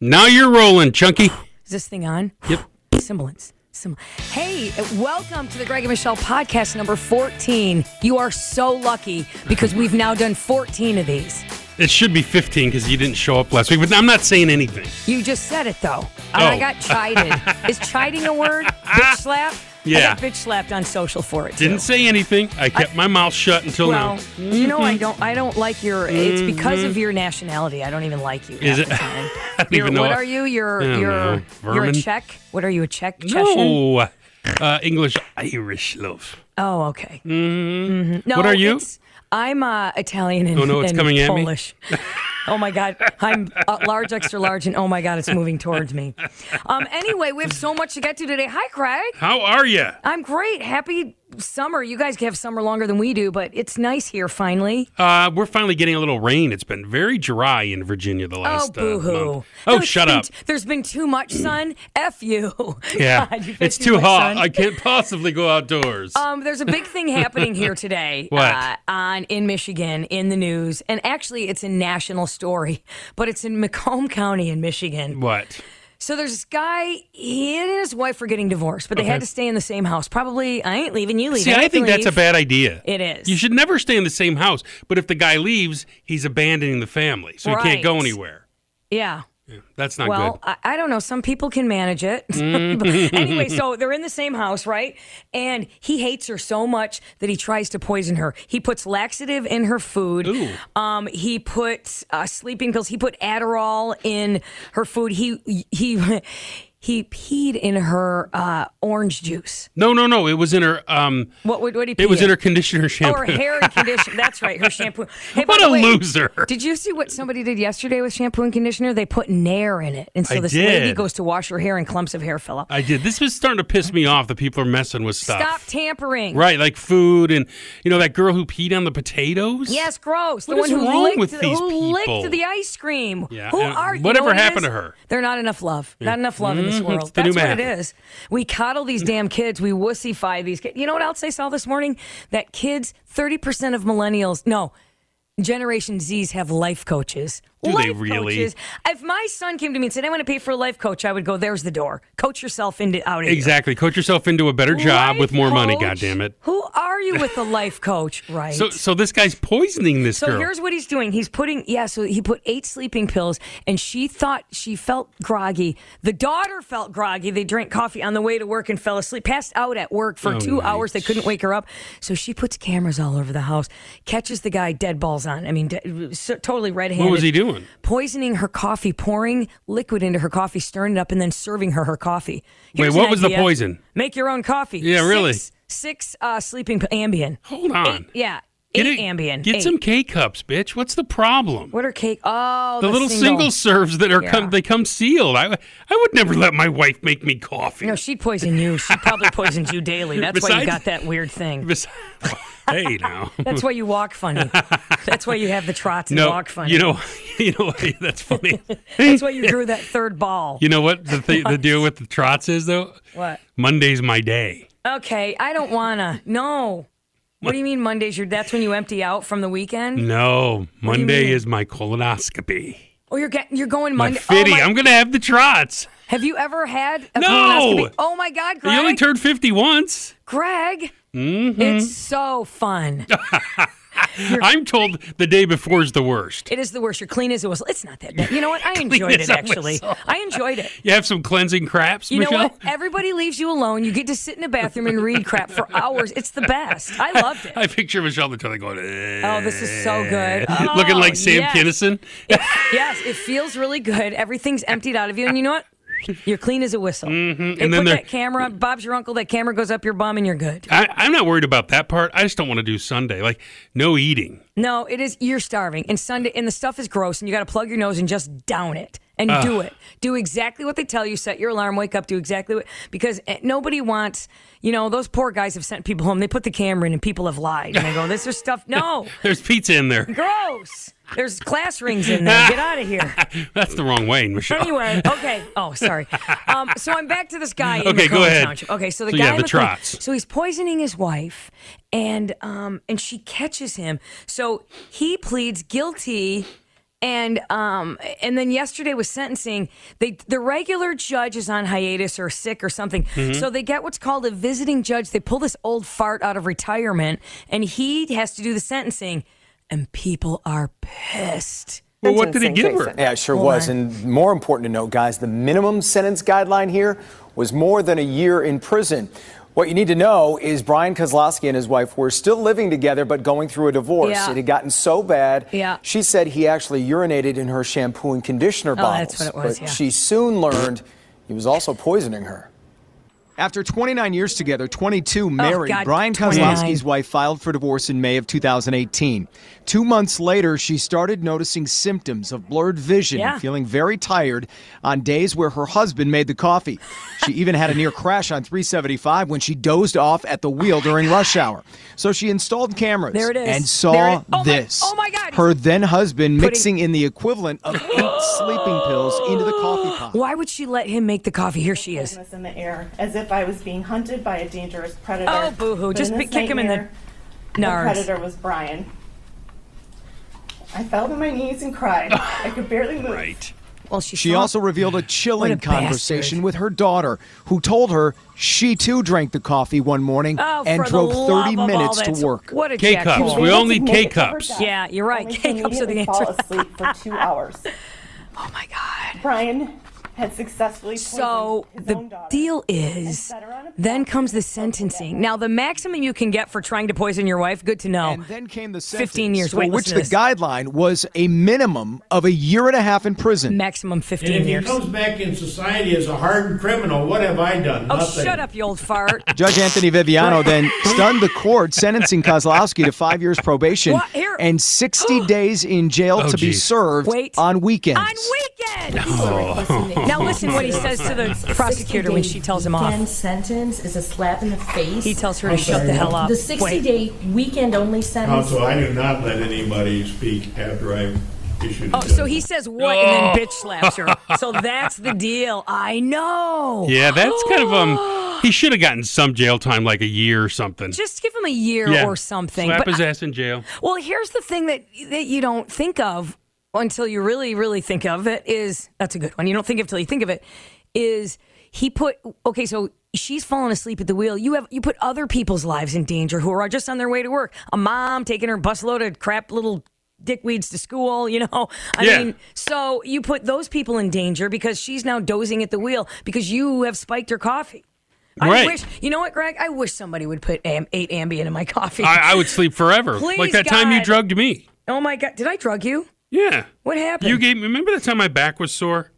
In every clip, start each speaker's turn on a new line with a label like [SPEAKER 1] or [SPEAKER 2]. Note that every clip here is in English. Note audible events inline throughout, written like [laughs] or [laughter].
[SPEAKER 1] Now you're rolling, Chunky.
[SPEAKER 2] Is this thing on?
[SPEAKER 1] Yep.
[SPEAKER 2] Semblance. Sem- Hey, welcome to the Greg and Michelle podcast number 14. You are so lucky because we've now done 14 of these.
[SPEAKER 1] It should be 15 because you didn't show up last week, but I'm not saying anything.
[SPEAKER 2] You just said it though. And I
[SPEAKER 1] Oh.
[SPEAKER 2] got chided.
[SPEAKER 1] [laughs]
[SPEAKER 2] Is chiding a word? Bitch slap? I
[SPEAKER 1] Yeah.
[SPEAKER 2] got bitch slapped on social for it. too.
[SPEAKER 1] Didn't say anything. I kept my mouth shut until
[SPEAKER 2] Well,
[SPEAKER 1] now.
[SPEAKER 2] you know
[SPEAKER 1] Mm-hmm.
[SPEAKER 2] I don't. I don't like your. It's because of your nationality. I don't even like you.
[SPEAKER 1] Is
[SPEAKER 2] half
[SPEAKER 1] it-
[SPEAKER 2] the time.
[SPEAKER 1] [laughs] I don't
[SPEAKER 2] You're,
[SPEAKER 1] [laughs] even know
[SPEAKER 2] what
[SPEAKER 1] if-
[SPEAKER 2] are you? You're
[SPEAKER 1] I don't
[SPEAKER 2] you're
[SPEAKER 1] know.
[SPEAKER 2] you're a
[SPEAKER 1] Vermin?
[SPEAKER 2] Czech. What are you? A Czech? Chechen?
[SPEAKER 1] No. Uh, English, Irish love.
[SPEAKER 2] Oh, okay. Mm-hmm. No,
[SPEAKER 1] What are you?
[SPEAKER 2] it's- I'm uh, Italian and,
[SPEAKER 1] Oh, no, it's
[SPEAKER 2] and
[SPEAKER 1] coming at me?
[SPEAKER 2] Polish.
[SPEAKER 1] [laughs]
[SPEAKER 2] oh my God, I'm uh, large, extra large, and oh my God, it's moving towards me. Um, anyway, we have so much to get to today. Hi, Craig.
[SPEAKER 1] How are you?
[SPEAKER 2] I'm great. Happy summer. You guys have summer longer than we do, but it's nice here finally.
[SPEAKER 1] Uh, we're finally getting a little rain. It's been very dry in Virginia the
[SPEAKER 2] Oh,
[SPEAKER 1] last
[SPEAKER 2] boo
[SPEAKER 1] uh,
[SPEAKER 2] hoo.
[SPEAKER 1] month. Oh, shut
[SPEAKER 2] [laughs]
[SPEAKER 1] up.
[SPEAKER 2] There's been too much sun. F you.
[SPEAKER 1] yeah.
[SPEAKER 2] [laughs] God, you've had
[SPEAKER 1] it's too
[SPEAKER 2] much
[SPEAKER 1] hot.
[SPEAKER 2] sun.
[SPEAKER 1] I can't possibly go
[SPEAKER 2] [laughs]
[SPEAKER 1] outdoors.
[SPEAKER 2] Um, there's a big thing happening
[SPEAKER 1] [laughs]
[SPEAKER 2] here today
[SPEAKER 1] What?
[SPEAKER 2] Uh, on in Michigan in the news, and actually it's a national story, [laughs] but it's in Macomb County in Michigan.
[SPEAKER 1] what?
[SPEAKER 2] So there's this guy. He and his wife are getting divorced, but they had
[SPEAKER 1] Okay.
[SPEAKER 2] to stay in the same house. Probably I ain't leaving you. Leaving.
[SPEAKER 1] See, I think that's a bad idea.
[SPEAKER 2] It is.
[SPEAKER 1] You should never stay in the same house. But if the guy leaves, he's abandoning the family, so he can't go
[SPEAKER 2] Right.
[SPEAKER 1] anywhere.
[SPEAKER 2] Yeah.
[SPEAKER 1] That's not
[SPEAKER 2] Well,
[SPEAKER 1] good. Mm.
[SPEAKER 2] I, I don't know. Some people can manage it. [laughs]
[SPEAKER 1] [laughs]
[SPEAKER 2] anyway, so they're in the same house, right? And he hates her so much that he tries to poison her. He puts laxative in her food.
[SPEAKER 1] Ooh.
[SPEAKER 2] Um, he puts uh, sleeping pills. He put Adderall in her food. He he [laughs] he peed in her uh, orange juice.
[SPEAKER 1] No, no, no. It was in her. Um,
[SPEAKER 2] What would what did he?
[SPEAKER 1] it
[SPEAKER 2] pee
[SPEAKER 1] was in her conditioner shampoo.
[SPEAKER 2] Or hair and conditioner. That's right, her shampoo. Hey,
[SPEAKER 1] [laughs]
[SPEAKER 2] by
[SPEAKER 1] What
[SPEAKER 2] the
[SPEAKER 1] a
[SPEAKER 2] way,
[SPEAKER 1] loser.
[SPEAKER 2] Did you see what somebody did yesterday with shampoo and conditioner? They put Nair in it. And so
[SPEAKER 1] I
[SPEAKER 2] this lady
[SPEAKER 1] did.
[SPEAKER 2] goes to wash her hair and clumps of hair fell out.
[SPEAKER 1] I did. This was starting to piss me off that people are messing with stuff.
[SPEAKER 2] Stop tampering.
[SPEAKER 1] Right, like food and you know that girl who peed on the potatoes.
[SPEAKER 2] Yes, gross. the
[SPEAKER 1] What
[SPEAKER 2] one
[SPEAKER 1] is
[SPEAKER 2] who
[SPEAKER 1] wrong
[SPEAKER 2] licked,
[SPEAKER 1] with
[SPEAKER 2] who
[SPEAKER 1] these
[SPEAKER 2] licked
[SPEAKER 1] people?
[SPEAKER 2] the ice cream.
[SPEAKER 1] Yeah,
[SPEAKER 2] who
[SPEAKER 1] and
[SPEAKER 2] are you know
[SPEAKER 1] whatever
[SPEAKER 2] what it
[SPEAKER 1] happened
[SPEAKER 2] is?
[SPEAKER 1] to her? Mm-hmm.
[SPEAKER 2] They're not enough love. Not enough love in this world.
[SPEAKER 1] the
[SPEAKER 2] That's
[SPEAKER 1] new
[SPEAKER 2] what it
[SPEAKER 1] math.
[SPEAKER 2] is. We coddle these damn kids. We wussify these kids. You know what else I saw this morning? That kids, thirty percent of millennials, no. Generation Z's have life coaches.
[SPEAKER 1] Do
[SPEAKER 2] life
[SPEAKER 1] they really?
[SPEAKER 2] Coaches. If my son came to me and said, "I want to pay for a life coach," I would go, "There's the door. Coach yourself into out of here."
[SPEAKER 1] Exactly. Coach yourself into a better job
[SPEAKER 2] Life
[SPEAKER 1] with more money.
[SPEAKER 2] coach?
[SPEAKER 1] God damn it.
[SPEAKER 2] Who are you with the life coach? Right.
[SPEAKER 1] So, so this guy's poisoning this
[SPEAKER 2] So
[SPEAKER 1] girl.
[SPEAKER 2] here's what he's doing. He's putting yeah. So he put eight sleeping pills, and she thought she felt groggy. The daughter felt groggy. They drank coffee on the way to work and fell asleep. Passed out at work for
[SPEAKER 1] Oh,
[SPEAKER 2] two
[SPEAKER 1] yikes.
[SPEAKER 2] hours. They couldn't wake her up. So she puts cameras all over the house. Catches the guy dead balls on. I mean, de- so, totally red-handed.
[SPEAKER 1] what was he doing?
[SPEAKER 2] Poisoning her coffee, pouring liquid into her coffee, stirring it up, and then serving her her coffee. Here's
[SPEAKER 1] what
[SPEAKER 2] an
[SPEAKER 1] was the
[SPEAKER 2] idea.
[SPEAKER 1] poison?
[SPEAKER 2] Make your own coffee.
[SPEAKER 1] Yeah, really.
[SPEAKER 2] Six, six uh, sleeping p- Ambien.
[SPEAKER 1] Hold on.
[SPEAKER 2] Eight- yeah.
[SPEAKER 1] Get
[SPEAKER 2] eight
[SPEAKER 1] a-
[SPEAKER 2] Ambien.
[SPEAKER 1] Get
[SPEAKER 2] eight.
[SPEAKER 1] some K cups, bitch. What's the problem?
[SPEAKER 2] What are cake? Oh,
[SPEAKER 1] the, little single. serves that are
[SPEAKER 2] Yeah.
[SPEAKER 1] come they come sealed. I I would never let my wife make me coffee. [laughs]
[SPEAKER 2] No, she'd poison you. She probably poisons you daily. That's why you
[SPEAKER 1] [laughs] Besides-
[SPEAKER 2] got that weird thing.
[SPEAKER 1] Bes- hey now.
[SPEAKER 2] [laughs] That's why you
[SPEAKER 1] [laughs]
[SPEAKER 2] walk funny. That's why you have the trots and
[SPEAKER 1] No,
[SPEAKER 2] walk funny.
[SPEAKER 1] you know, [laughs] you know, that's funny.
[SPEAKER 2] [laughs] That's why you drew that third ball.
[SPEAKER 1] [laughs] You know what the th- the deal with the trots is though?
[SPEAKER 2] What?
[SPEAKER 1] Monday's my day.
[SPEAKER 2] Okay, I don't wanna. No. What do you mean Mondays? Your that's when you empty out from the
[SPEAKER 1] Mm.
[SPEAKER 2] weekend.
[SPEAKER 1] No,
[SPEAKER 2] do you
[SPEAKER 1] Monday
[SPEAKER 2] mean?
[SPEAKER 1] is my colonoscopy.
[SPEAKER 2] Oh, you're getting you're going
[SPEAKER 1] My
[SPEAKER 2] Monday. Oh,
[SPEAKER 1] fitty.
[SPEAKER 2] my-
[SPEAKER 1] I'm gonna have the trots.
[SPEAKER 2] have you ever had a
[SPEAKER 1] No!
[SPEAKER 2] colonoscopy? Oh my God,
[SPEAKER 1] You only Mm-hmm.
[SPEAKER 2] Greg!
[SPEAKER 1] turned 50 once.
[SPEAKER 2] Greg, it's
[SPEAKER 1] [laughs]
[SPEAKER 2] so fun.
[SPEAKER 1] I'm told the day before is the worst.
[SPEAKER 2] It is the worst. You're clean as a whistle. It's not that bad. You know
[SPEAKER 1] [laughs]
[SPEAKER 2] what? I enjoyed
[SPEAKER 1] as
[SPEAKER 2] it
[SPEAKER 1] a
[SPEAKER 2] actually.
[SPEAKER 1] whistle.
[SPEAKER 2] I enjoyed it.
[SPEAKER 1] You have some cleansing craps,
[SPEAKER 2] You know
[SPEAKER 1] Michelle?
[SPEAKER 2] what? Everybody leaves you alone. You get to sit in a bathroom and read crap for hours. It's the best. I loved it.
[SPEAKER 1] [laughs] I picture Michelle the toilet going,
[SPEAKER 2] Oh, this is so good.
[SPEAKER 1] "Eh," looking
[SPEAKER 2] Oh,
[SPEAKER 1] like Sam
[SPEAKER 2] yes. [laughs]
[SPEAKER 1] Kinison.
[SPEAKER 2] Yes, it feels really good. Everything's emptied out of you, and you know what? You're clean as a whistle. They
[SPEAKER 1] Mm-hmm. And then
[SPEAKER 2] put
[SPEAKER 1] they're-
[SPEAKER 2] that camera. Bob's your uncle. That camera goes up your bum, and you're good.
[SPEAKER 1] I, I'm not worried about that part. I just don't want to do Sunday. Like, no eating. [laughs]
[SPEAKER 2] No, it is. You're starving, and Sunday, and the stuff is gross, and you got to plug your nose and just down it and do it. Do exactly what they tell you. Set your alarm. Wake up. Do exactly what because eh, nobody wants. You know those poor guys have sent people home. They put the camera in, and people have lied, and they go, "This is stuff." No.
[SPEAKER 1] There's pizza in there. [laughs]
[SPEAKER 2] Gross. There's class rings in there. Get out of here.
[SPEAKER 1] That's the wrong way, Michelle.
[SPEAKER 2] Anyway, okay. Oh, sorry. Um, so I'm back to this guy. In
[SPEAKER 1] Okay, go
[SPEAKER 2] Macomb
[SPEAKER 1] ahead.
[SPEAKER 2] Township. Okay, so the
[SPEAKER 1] So,
[SPEAKER 2] guy.
[SPEAKER 1] yeah,
[SPEAKER 2] in
[SPEAKER 1] the
[SPEAKER 2] Macomb-
[SPEAKER 1] trots.
[SPEAKER 2] So he's poisoning his wife, and um, and she catches him. So he pleads guilty And um, and then yesterday was sentencing. They the regular judge is on hiatus or sick or something,
[SPEAKER 1] Mm-hmm.
[SPEAKER 2] so they get what's called a visiting judge. They pull this old fart out of retirement, and he has to do the sentencing. And people are pissed.
[SPEAKER 1] Well, what did he give her?
[SPEAKER 3] Yeah, it sure was. And more important to note, guys, the minimum sentence guideline here was more than a year in prison. What you need to know is Brian Kozlowski and his wife were still living together but going through a divorce.
[SPEAKER 2] Yeah.
[SPEAKER 3] It had gotten so bad.
[SPEAKER 2] Yeah. Oh,
[SPEAKER 3] She said he actually urinated in her shampoo and conditioner bottles.
[SPEAKER 2] that's what it was,
[SPEAKER 3] but
[SPEAKER 2] yeah.
[SPEAKER 3] she soon learned he was also poisoning her.
[SPEAKER 4] After 29 years together, 22 married,
[SPEAKER 2] Oh, God,
[SPEAKER 4] Brian
[SPEAKER 2] 29.
[SPEAKER 4] Kozlowski's wife filed for divorce in May of 2018. Two months later, she started noticing symptoms of blurred vision
[SPEAKER 2] Yeah.
[SPEAKER 4] and feeling very tired on days where her husband made the coffee.
[SPEAKER 2] [laughs]
[SPEAKER 4] She even had a near crash on 375 when she dozed off at the wheel during rush hour. So she installed cameras
[SPEAKER 2] Oh There it is.
[SPEAKER 4] and
[SPEAKER 2] There
[SPEAKER 4] saw
[SPEAKER 2] it- oh my-
[SPEAKER 4] this.
[SPEAKER 2] oh my God.
[SPEAKER 4] Her then husband mixing in the equivalent
[SPEAKER 2] [gasps]
[SPEAKER 4] of eight sleeping pills into the coffee pot.
[SPEAKER 2] Why would she let him make the coffee? Here she is.
[SPEAKER 5] in the air as if I was being hunted by a dangerous predator.
[SPEAKER 2] Oh, boo-hoo.
[SPEAKER 5] But
[SPEAKER 2] Just
[SPEAKER 5] in
[SPEAKER 2] be-
[SPEAKER 5] this
[SPEAKER 2] kick him in the
[SPEAKER 5] nightmare,
[SPEAKER 2] nards.
[SPEAKER 5] The predator was Brian. I fell to my knees and cried. I could barely move.
[SPEAKER 1] Right.
[SPEAKER 2] Well, she,
[SPEAKER 4] She
[SPEAKER 2] saw-
[SPEAKER 4] also revealed a
[SPEAKER 2] What
[SPEAKER 4] chilling
[SPEAKER 2] a
[SPEAKER 4] conversation
[SPEAKER 2] bastard.
[SPEAKER 4] with her daughter, who told her she too drank the coffee one morning
[SPEAKER 2] Oh, for
[SPEAKER 4] and
[SPEAKER 2] the
[SPEAKER 4] drove
[SPEAKER 2] love
[SPEAKER 4] 30
[SPEAKER 2] of all
[SPEAKER 4] minutes to
[SPEAKER 2] that's-
[SPEAKER 4] work.
[SPEAKER 2] What a
[SPEAKER 1] K-cups.
[SPEAKER 2] jackal.
[SPEAKER 1] We
[SPEAKER 5] Able to
[SPEAKER 1] only
[SPEAKER 5] make it to her
[SPEAKER 1] K-cups.
[SPEAKER 5] death,
[SPEAKER 2] Yeah, you're right.
[SPEAKER 5] only to
[SPEAKER 2] K-cups are the
[SPEAKER 5] immediately fall
[SPEAKER 2] answer.
[SPEAKER 5] asleep for two hours.
[SPEAKER 2] Oh my god.
[SPEAKER 5] Brian had successfully poisoned
[SPEAKER 2] So
[SPEAKER 5] his own
[SPEAKER 2] the
[SPEAKER 5] daughter.
[SPEAKER 2] deal is,
[SPEAKER 5] set her on a
[SPEAKER 2] then
[SPEAKER 5] path
[SPEAKER 2] comes the sentencing. Now, the maximum you can get for trying to poison your wife, good to know.
[SPEAKER 4] And then came the
[SPEAKER 2] 15 years.
[SPEAKER 4] sentence,
[SPEAKER 2] Wait,
[SPEAKER 4] for which
[SPEAKER 2] listen to
[SPEAKER 4] the
[SPEAKER 2] this.
[SPEAKER 4] guideline was a minimum of a year and a half in prison.
[SPEAKER 2] Maximum
[SPEAKER 6] And
[SPEAKER 2] 15
[SPEAKER 6] if
[SPEAKER 2] years.
[SPEAKER 6] he comes back in society as a hardened criminal, what have I done?
[SPEAKER 2] Oh,
[SPEAKER 6] Nothing.
[SPEAKER 2] shut up, you old
[SPEAKER 4] [laughs]
[SPEAKER 2] fart.
[SPEAKER 4] Judge Anthony Viviano then stunned the court, sentencing Kozlowski to five years probation
[SPEAKER 2] What? Here-
[SPEAKER 4] and
[SPEAKER 2] [gasps]
[SPEAKER 4] 60 days in jail
[SPEAKER 1] Oh,
[SPEAKER 4] to be
[SPEAKER 1] geez.
[SPEAKER 4] served
[SPEAKER 2] Wait.
[SPEAKER 4] on weekends.
[SPEAKER 2] On weekends! Now, listen what he says to the prosecutor when she tells him
[SPEAKER 7] Weekend
[SPEAKER 2] off.
[SPEAKER 7] sentence is a slap in the face.
[SPEAKER 2] He tells her to shut the hell up.
[SPEAKER 7] the 60
[SPEAKER 2] Wait.
[SPEAKER 7] day weekend only sentence.
[SPEAKER 6] Also, I do not let anybody speak after I've issued a
[SPEAKER 2] Oh, so he
[SPEAKER 6] judgment.
[SPEAKER 2] says what and then bitch slaps her. So that's the deal. I know.
[SPEAKER 1] Yeah, that's kind of
[SPEAKER 2] [gasps]
[SPEAKER 1] um. He should have gotten some jail time, like a year or something.
[SPEAKER 2] Just give him a year
[SPEAKER 1] Yeah.
[SPEAKER 2] or something.
[SPEAKER 1] Slap
[SPEAKER 2] But
[SPEAKER 1] his
[SPEAKER 2] I-
[SPEAKER 1] ass in
[SPEAKER 2] [laughs]
[SPEAKER 1] jail.
[SPEAKER 2] Well, here's the thing that that you don't think of until you really, really think of it is that's a good one. You don't think of it till you think of it. Is he put okay? So she's fallen asleep at the wheel. You have you put other people's lives in danger who are just on their way to work. A mom taking her busload of crap little dickweeds to school. You know, I
[SPEAKER 1] Yeah.
[SPEAKER 2] mean, so you put those people in danger because she's now dozing at the wheel because you have spiked her coffee. I
[SPEAKER 1] Right.
[SPEAKER 2] wish you know what, Greg. I wish somebody would put am- eight Ambien in my coffee.
[SPEAKER 1] I, I would sleep forever.
[SPEAKER 2] Please,
[SPEAKER 1] like that time you
[SPEAKER 2] God.
[SPEAKER 1] drugged me.
[SPEAKER 2] Oh my God! Did I drug you?
[SPEAKER 1] Yeah.
[SPEAKER 2] What happened?
[SPEAKER 1] You gave me. Remember that time my back was sore,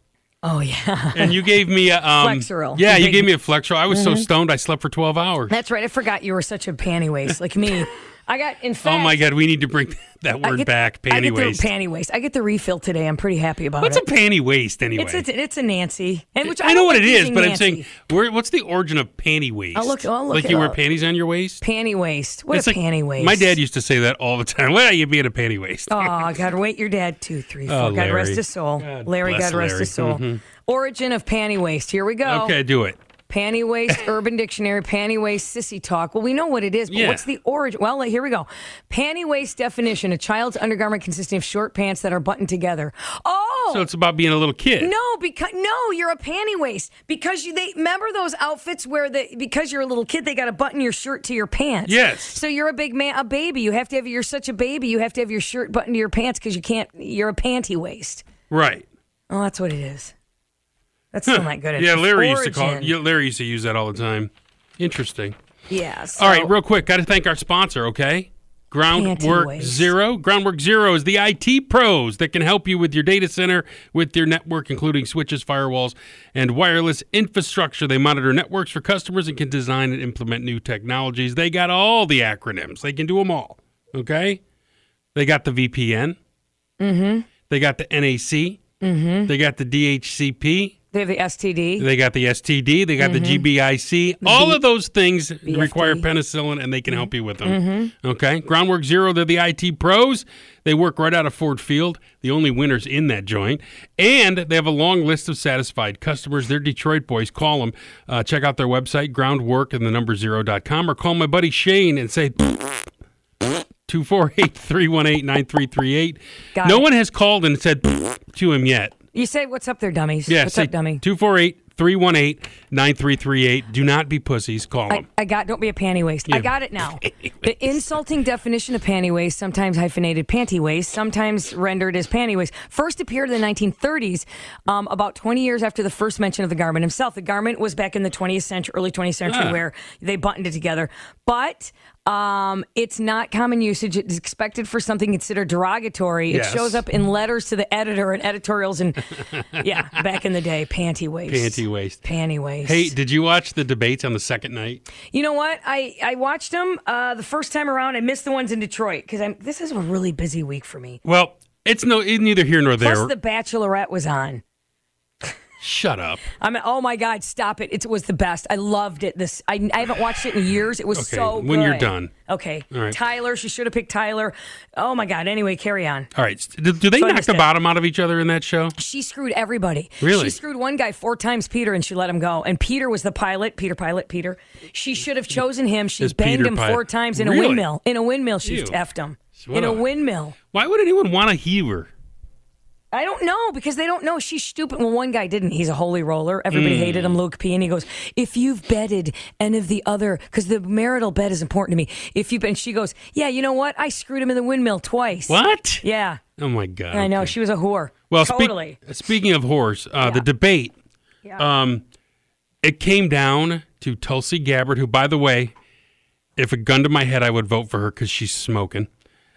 [SPEAKER 2] oh yeah, [laughs]
[SPEAKER 1] and you gave me a um,
[SPEAKER 2] Flexeril.
[SPEAKER 1] Yeah, you
[SPEAKER 2] Big-
[SPEAKER 1] gave me a flexeril. I was so
[SPEAKER 2] Mm-hmm.
[SPEAKER 1] stoned, I slept for twelve hours.
[SPEAKER 2] that's right. I forgot you were such a panty waist like [laughs] me. I got in fact.
[SPEAKER 1] Oh my god, we need to bring [laughs] that
[SPEAKER 2] I
[SPEAKER 1] word
[SPEAKER 2] get-
[SPEAKER 1] back.
[SPEAKER 2] I
[SPEAKER 1] Panty
[SPEAKER 2] get the
[SPEAKER 1] waist.
[SPEAKER 2] Panty waist. I get the refill today. I'm pretty happy about
[SPEAKER 1] What's a
[SPEAKER 2] it.
[SPEAKER 1] panty waist anyway?
[SPEAKER 2] it's, it's it's a Nancy, and which I,
[SPEAKER 1] I know
[SPEAKER 2] don't
[SPEAKER 1] what
[SPEAKER 2] like
[SPEAKER 1] it is,
[SPEAKER 2] using
[SPEAKER 1] but I'm
[SPEAKER 2] Nancy.
[SPEAKER 1] saying, where, what's the origin of panty waist?
[SPEAKER 2] I'll look- I'll look
[SPEAKER 1] like
[SPEAKER 2] it
[SPEAKER 1] you wear
[SPEAKER 2] up.
[SPEAKER 1] panties on your waist.
[SPEAKER 2] panty waist. What
[SPEAKER 1] it's
[SPEAKER 2] a
[SPEAKER 1] like
[SPEAKER 2] panty waist.
[SPEAKER 1] My dad used to say that all the time. [laughs] Well, you be in a panty waist.
[SPEAKER 2] Oh God! Wait, your dad. Two, three, four.
[SPEAKER 1] Oh,
[SPEAKER 2] God rest
[SPEAKER 1] Larry.
[SPEAKER 2] his soul.
[SPEAKER 1] God
[SPEAKER 2] Larry.
[SPEAKER 1] bless
[SPEAKER 2] God
[SPEAKER 1] Larry.
[SPEAKER 2] rest
[SPEAKER 1] Mm-hmm.
[SPEAKER 2] his soul. Origin of panty waist. Here we go.
[SPEAKER 1] okay, do it.
[SPEAKER 2] Panty
[SPEAKER 1] [laughs]
[SPEAKER 2] waist, Urban Dictionary, panty waist, sissy talk. Well, we know what it is, but
[SPEAKER 1] Yeah.
[SPEAKER 2] what's the origin? Well, here we go. Panty waist definition: a child's undergarment consisting of short pants that are buttoned together. Oh
[SPEAKER 1] So it's about being a little kid.
[SPEAKER 2] no, because no, you're a panty waist because you. They remember those outfits where the because you're a little kid, they got to button your shirt to your pants.
[SPEAKER 1] Yes.
[SPEAKER 2] So you're a big man, a baby. You have to have. You're such a baby. You have to have your shirt buttoned to your pants because you can't. You're a panty waist.
[SPEAKER 1] Right.
[SPEAKER 2] Oh, that's what it is. That's still not good. at
[SPEAKER 1] Yeah,
[SPEAKER 2] its
[SPEAKER 1] Larry used to call
[SPEAKER 2] origin.
[SPEAKER 1] yeah, Larry used to use that all the time. Interesting.
[SPEAKER 2] Yeah. so-
[SPEAKER 1] All right, real quick, got to thank our sponsor, okay? Groundwork
[SPEAKER 2] Panty waste.
[SPEAKER 1] Zero. Groundwork Zero is the IT pros that can help you with your data center, with your network, including switches, firewalls, and wireless infrastructure. They monitor networks for customers and can design and implement new technologies. They got all the acronyms, they can do them all, okay? They got the VPN, mm-hmm. they got the NAC, mm-hmm. they got the DHCP,
[SPEAKER 2] They have the STD.
[SPEAKER 1] they got the STD, they got the GBIC. All of those things require penicillin, and they can help you with them. Okay, Groundwork Zero, they're the IT pros. They work right out of Ford Field, the only winners in that joint, and they have a long list of satisfied customers. They're Detroit boys. Call them. Uh, check out their website, groundwork and the number zero.com, or call my buddy Shane and say. 248-318-9338.
[SPEAKER 2] Got
[SPEAKER 1] No
[SPEAKER 2] it.
[SPEAKER 1] one has called and said to him yet.
[SPEAKER 2] You say, what's up there, dummies?
[SPEAKER 1] Yeah,
[SPEAKER 2] what's
[SPEAKER 1] say
[SPEAKER 2] up, dummy?
[SPEAKER 1] 248-318-9338. Do not be pussies. Call
[SPEAKER 2] I,
[SPEAKER 1] them.
[SPEAKER 2] I got, don't be a panty waist. I got it now.
[SPEAKER 1] [laughs] Panty
[SPEAKER 2] the insulting definition of panty waist, sometimes hyphenated panty waist, sometimes rendered as panty waist, first appeared in the 1930s, um, about 20 years after the first mention of the garment himself. The garment was back in the 20th century, early 20th century,
[SPEAKER 1] Ah.
[SPEAKER 2] where they buttoned it together. But um, it's not common usage. It's expected for something considered derogatory.
[SPEAKER 1] Yes.
[SPEAKER 2] It shows up in letters to the editor and editorials, and [laughs] yeah, back in the day, panty waist,
[SPEAKER 1] Panty waist.
[SPEAKER 2] panty waist.
[SPEAKER 1] Hey, did you watch the debates on the second night?
[SPEAKER 2] You know what? I, I watched them uh, the first time around. I missed the ones in Detroit because I'm. This is a really busy week for me.
[SPEAKER 1] Well, it's no it's neither here nor there.
[SPEAKER 2] Plus, The Bachelorette was on.
[SPEAKER 1] Shut up.
[SPEAKER 2] I mean, oh my God, stop it! It was the best. I loved it. This I, I haven't watched it in years. It was
[SPEAKER 1] Okay,
[SPEAKER 2] so.
[SPEAKER 1] when you're
[SPEAKER 2] good.
[SPEAKER 1] done.
[SPEAKER 2] Okay.
[SPEAKER 1] All right.
[SPEAKER 2] Tyler, she should have picked Tyler. Oh my God. Anyway, carry on.
[SPEAKER 1] All right. s- Do, do they
[SPEAKER 2] So I
[SPEAKER 1] knock
[SPEAKER 2] missed
[SPEAKER 1] the
[SPEAKER 2] it.
[SPEAKER 1] bottom out of each other in that show?
[SPEAKER 2] She screwed everybody.
[SPEAKER 1] Really?
[SPEAKER 2] She screwed one guy four times, Peter, and she let him go. And Peter was the pilot. Peter, pilot, Peter. She should have chosen him. She
[SPEAKER 1] Is
[SPEAKER 2] banged
[SPEAKER 1] Peter
[SPEAKER 2] him
[SPEAKER 1] pilot-
[SPEAKER 2] four times in
[SPEAKER 1] Really?
[SPEAKER 2] a windmill. In a windmill, she
[SPEAKER 1] Ew.
[SPEAKER 2] effed him.
[SPEAKER 1] What
[SPEAKER 2] in
[SPEAKER 1] a-
[SPEAKER 2] a windmill.
[SPEAKER 1] Why would anyone want a heaver?
[SPEAKER 2] I don't know because they don't know. She's stupid. Well, one guy didn't. He's a holy roller. Everybody
[SPEAKER 1] Mm.
[SPEAKER 2] hated him, Luke P. And he goes, If you've bedded any of the other, because the marital bed is important to me. If you've been, she goes, Yeah, you know what? I screwed him in the windmill twice.
[SPEAKER 1] What?
[SPEAKER 2] Yeah.
[SPEAKER 1] Oh my god.
[SPEAKER 2] I know.
[SPEAKER 1] okay.
[SPEAKER 2] She was a whore.
[SPEAKER 1] Well, speak-
[SPEAKER 2] totally.
[SPEAKER 1] speaking of horse, uh, the debate, um, it came down to Tulsi Gabbard, who, by the way, if a gun to my head, I would vote for her because she's smoking.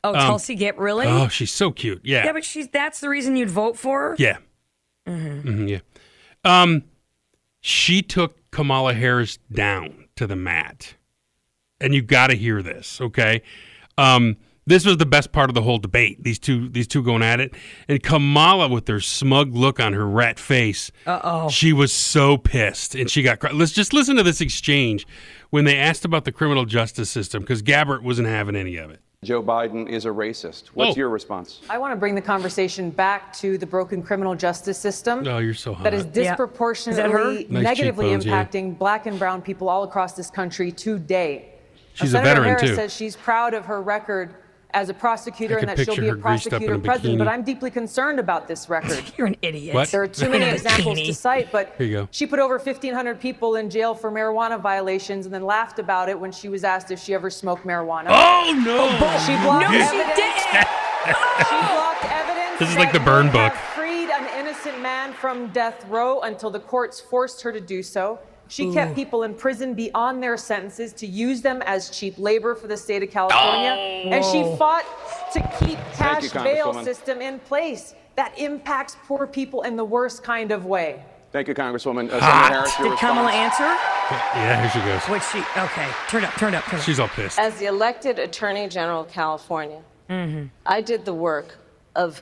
[SPEAKER 2] oh, Tulsi Gibb, really?
[SPEAKER 1] um, Oh, she's so cute. Yeah.
[SPEAKER 2] yeah, but she's that's the reason you'd vote for her?
[SPEAKER 1] yeah.
[SPEAKER 8] Mm-hmm.
[SPEAKER 1] Mhm, yeah. Um, she took Kamala Harris down to the mat, and you got to hear this, okay? Um, this was the best part of the whole debate. These two, these two going at it, and Kamala with her smug look on her rat face.
[SPEAKER 2] Uh-oh.
[SPEAKER 1] She was so pissed, and she got. cr- Let's just listen to this exchange when they asked about the criminal justice system because Gabbert wasn't having any of it.
[SPEAKER 9] Joe Biden is a racist. What's
[SPEAKER 1] Oh.
[SPEAKER 9] your response?
[SPEAKER 8] I want to bring the conversation back to the broken criminal justice system
[SPEAKER 1] Oh, you're so hot.
[SPEAKER 8] that is
[SPEAKER 2] Yeah.
[SPEAKER 8] disproportionately
[SPEAKER 2] Is
[SPEAKER 1] her? Nice
[SPEAKER 8] negatively
[SPEAKER 1] cheekbones, yeah.
[SPEAKER 8] impacting black and brown people all across this country today. Now,
[SPEAKER 1] She's a
[SPEAKER 8] Senator
[SPEAKER 1] veteran,
[SPEAKER 8] Harris
[SPEAKER 1] too.
[SPEAKER 8] says she's proud of her record as a prosecutor
[SPEAKER 1] I
[SPEAKER 8] and
[SPEAKER 1] could
[SPEAKER 8] that she'll
[SPEAKER 1] picture
[SPEAKER 8] be
[SPEAKER 1] her
[SPEAKER 8] a
[SPEAKER 1] greased up in a
[SPEAKER 8] prosecutor president, but
[SPEAKER 1] bikini.
[SPEAKER 8] I'm deeply concerned about
[SPEAKER 2] [laughs]
[SPEAKER 8] this record.
[SPEAKER 2] You're an idiot.
[SPEAKER 1] What?
[SPEAKER 8] There are too many
[SPEAKER 2] In a
[SPEAKER 8] examples
[SPEAKER 2] bikini.
[SPEAKER 8] to cite, but
[SPEAKER 1] Here you go.
[SPEAKER 8] she put over 1,500 people in jail for marijuana violations and then laughed about it when she was asked if she ever smoked marijuana.
[SPEAKER 1] oh no!
[SPEAKER 8] She blocked
[SPEAKER 2] No, she
[SPEAKER 8] evidence.
[SPEAKER 2] didn't.
[SPEAKER 8] She blocked evidence.
[SPEAKER 1] This is like
[SPEAKER 8] that
[SPEAKER 1] the burn
[SPEAKER 8] would have
[SPEAKER 1] book.
[SPEAKER 8] Freed an innocent man from death row until the courts forced her to do so. She kept people in prison beyond their sentences to use them as cheap labor for the state of California. and she fought to keep
[SPEAKER 9] you,
[SPEAKER 8] cash bail
[SPEAKER 9] Congresswoman.
[SPEAKER 8] system in place that impacts poor people in the worst kind of way.
[SPEAKER 9] Thank you, Congresswoman. Uh,
[SPEAKER 1] Hot.
[SPEAKER 9] Senator Harris, your
[SPEAKER 2] Did Kamala
[SPEAKER 9] response?
[SPEAKER 2] answer?
[SPEAKER 1] Yeah, here she goes.
[SPEAKER 2] What she? Okay, turn up, turn up, turn up.
[SPEAKER 1] She's all pissed.
[SPEAKER 10] As the elected Attorney General of California,
[SPEAKER 1] Mm-hmm.
[SPEAKER 10] I did the work of